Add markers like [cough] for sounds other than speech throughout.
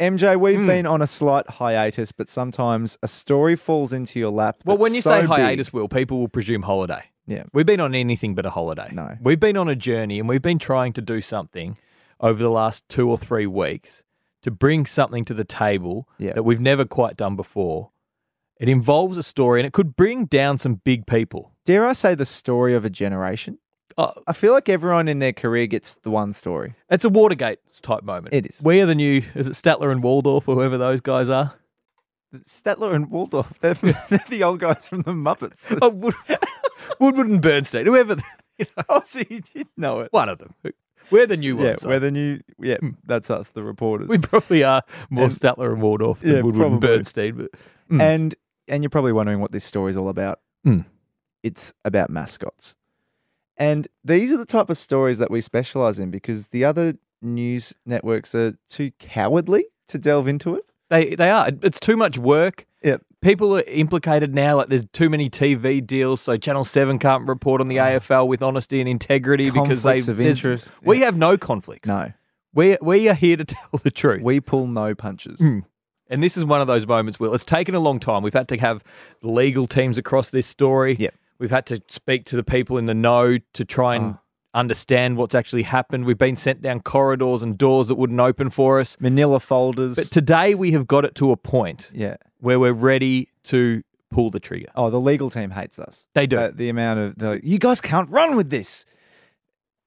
MJ, we've been on a slight hiatus, but sometimes a story falls into your lap. Well, that's when you so say big- hiatus, Will, people will presume holiday. Yeah. We've been on anything but a holiday. No. We've been on a journey and we've been trying to do something over the last two or three weeks to bring something to the table Yeah. that we've never quite done before. It involves a story and it could bring down some big people. dare I say, the story of a generation? Oh, I feel like everyone in their career gets the one story. it's a Watergate type moment. It is. We are the new, is it Statler and Waldorf or whoever those [laughs] guys are? Statler and Waldorf, they're, [laughs] they're the old guys from the Muppets. [laughs] oh, Wood, [laughs] Woodward and Bernstein, whoever, [laughs] you know, oh, so you did know it. Hmm. one of them. We're the new ones. Yeah, I we're the new. Yeah, that's us, the reporters. We probably are more And- Statler and Waldorf than Yeah, Woodward and probably. Bernstein. But And and you're probably wondering what this story is all about. Mm. It's about mascots. And these are the type of stories that we specialize in because the other news networks are too cowardly to delve into it. they they are. It's too much work. Yeah. People are implicated now. Like there's too many TV deals, so Channel Seven can't report on the AFL with honesty and integrity because Ah. Conflicts they of there's- interest. We Yeah. have [laughs] no conflicts. No, We we are here to [laughs] tell the truth. we pull no punches. Mm. And this is one of those moments, Will. It's taken a long time. We've had to have legal teams across this story. Yep. We've had to speak to the people in the know to try and Oh. understand what's actually happened. We've been sent down corridors and doors that wouldn't open for us. Manila folders. But today we have got it to a point yeah. where we're ready to pull the trigger. Oh, the legal team hates us. They do. Uh, the amount of the you guys can't run with this.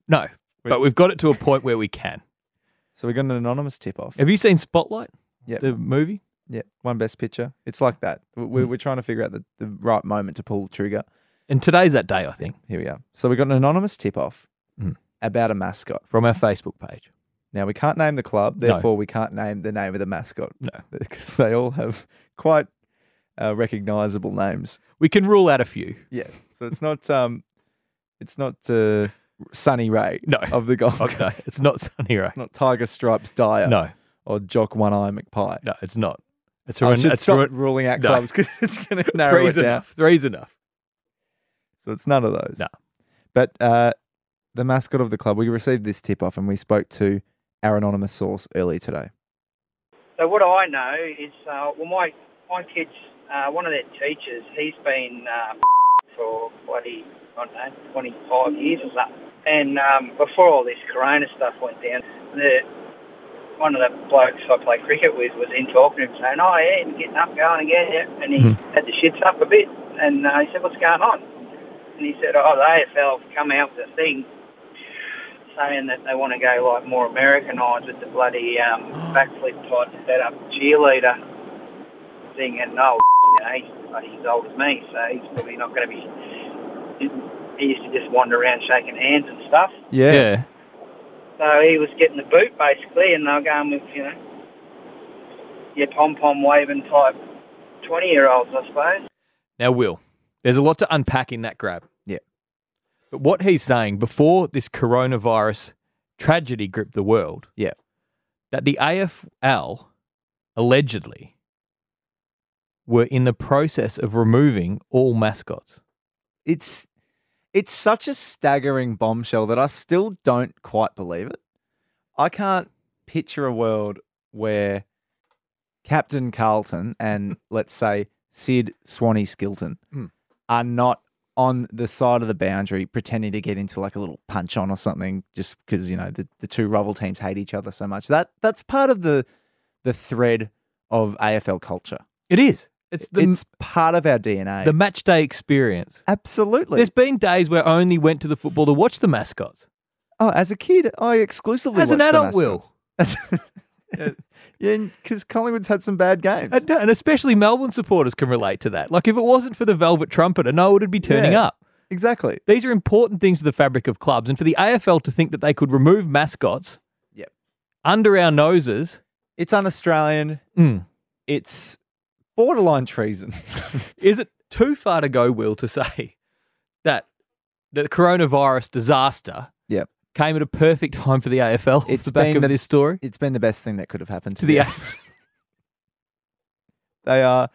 No, but we've got it to a point where we can. So we got an anonymous tip off. Have you seen Spotlight, Yep. the movie? Yeah, one best picture. It's like that. We're, we're trying to figure out the, the right moment to pull the trigger. And today's that day, I think, Here we are. So we got an anonymous tip off Mhm. about a mascot. from our Facebook page. Now we can't name the club, No. therefore we can't name the name of the mascot. No. [laughs] because they all have quite uh, recognizable names. We can rule out a few. [laughs] Yeah, so it's not um, it's not uh, Sunny Ray. No. of the Gold. Coast. [laughs] Okay. it's not Sunny Ray. It's not Tiger Stripes Dyer. No, or Jock One Eye McPie. no, it's not. It's, I ruin- Oh, should it's stop ruin- ruling out No. clubs because it's [laughs] going to narrow Three's it down. enough. Three's enough. So it's none of those. No. But uh, the mascot of the club, we received this tip off and we spoke to our anonymous source earlier today. So what I know is, uh, well, my my kids, uh, one of their teachers, he's been uh, for bloody I don't know, 25 years or something. And um, before all this Corona stuff went down, the one of the blokes I play cricket with was in talking to him saying, oh yeah, he's getting up, going again, yeah. and he had the shits up a bit, and uh, he said, what's going on? And he said, oh, the AFL have come out with a thing saying that they want to go like more Americanised with the bloody um, backflip type setup cheerleader thing, and oh, you know, [laughs] he's bloody as old as me, so he's probably not going to be. He used to just wander around shaking hands and stuff. Yeah. yeah. So he was getting the boot basically, and they were going with you know your pom pom waving type twenty year olds, I suppose. Now, Will, there's a lot to unpack in that grab. Yeah. But what he's saying before this coronavirus tragedy gripped the world, Yeah. that the AFL allegedly were in the process of removing all mascots. It's it's such a staggering bombshell that I still don't quite believe it. I can't picture a world where Captain Carlton and [laughs] let's say Sid Swanee Skilton Hmm. are not on the side of the boundary pretending to get into like a little punch on or something just because you know the, the two rival teams hate each other so much. That that's part of the the thread of AFL culture. It is. It's the, it's part of our DNA. the match day experience. Absolutely. There's been days where I only went to the football to watch the mascots. Oh, as a kid, I exclusively As an watched the adult, Will. Mascots. [laughs] yeah, because Collingwood's had some bad games. And, and especially Melbourne supporters can relate to that. Like, if it wasn't for the Velvet Trumpeter, no one would be turning Yeah. up. exactly. These are important things to the fabric of clubs, and for the AFL to think that they could remove mascots Yep. under our noses, It's un-Australian. mm, It's borderline treason. [laughs] is it too far to go, Will, to [laughs] say that the coronavirus disaster Yep. came at a perfect time for the AFL off It's the back been of the- this story? it's been the best thing that could have happened to, To the them. They are.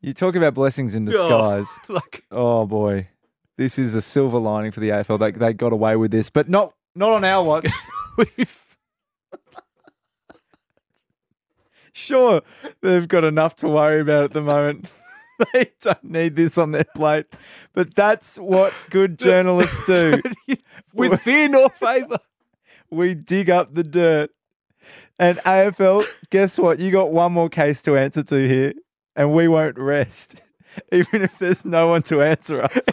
You talk about blessings in disguise. [laughs] like, Oh, boy, this is a silver lining for the AFL. They they got away with this, but not not on our watch. we've, sure, they've got enough to worry about at the moment. [laughs] they don't need this on their plate. But [laughs] that's what good journalists [laughs] do. With fear nor favour. we dig up the dirt. And AFL, guess what? You got one more case to answer [laughs] to here, and we won't rest, even if there's no one to answer us.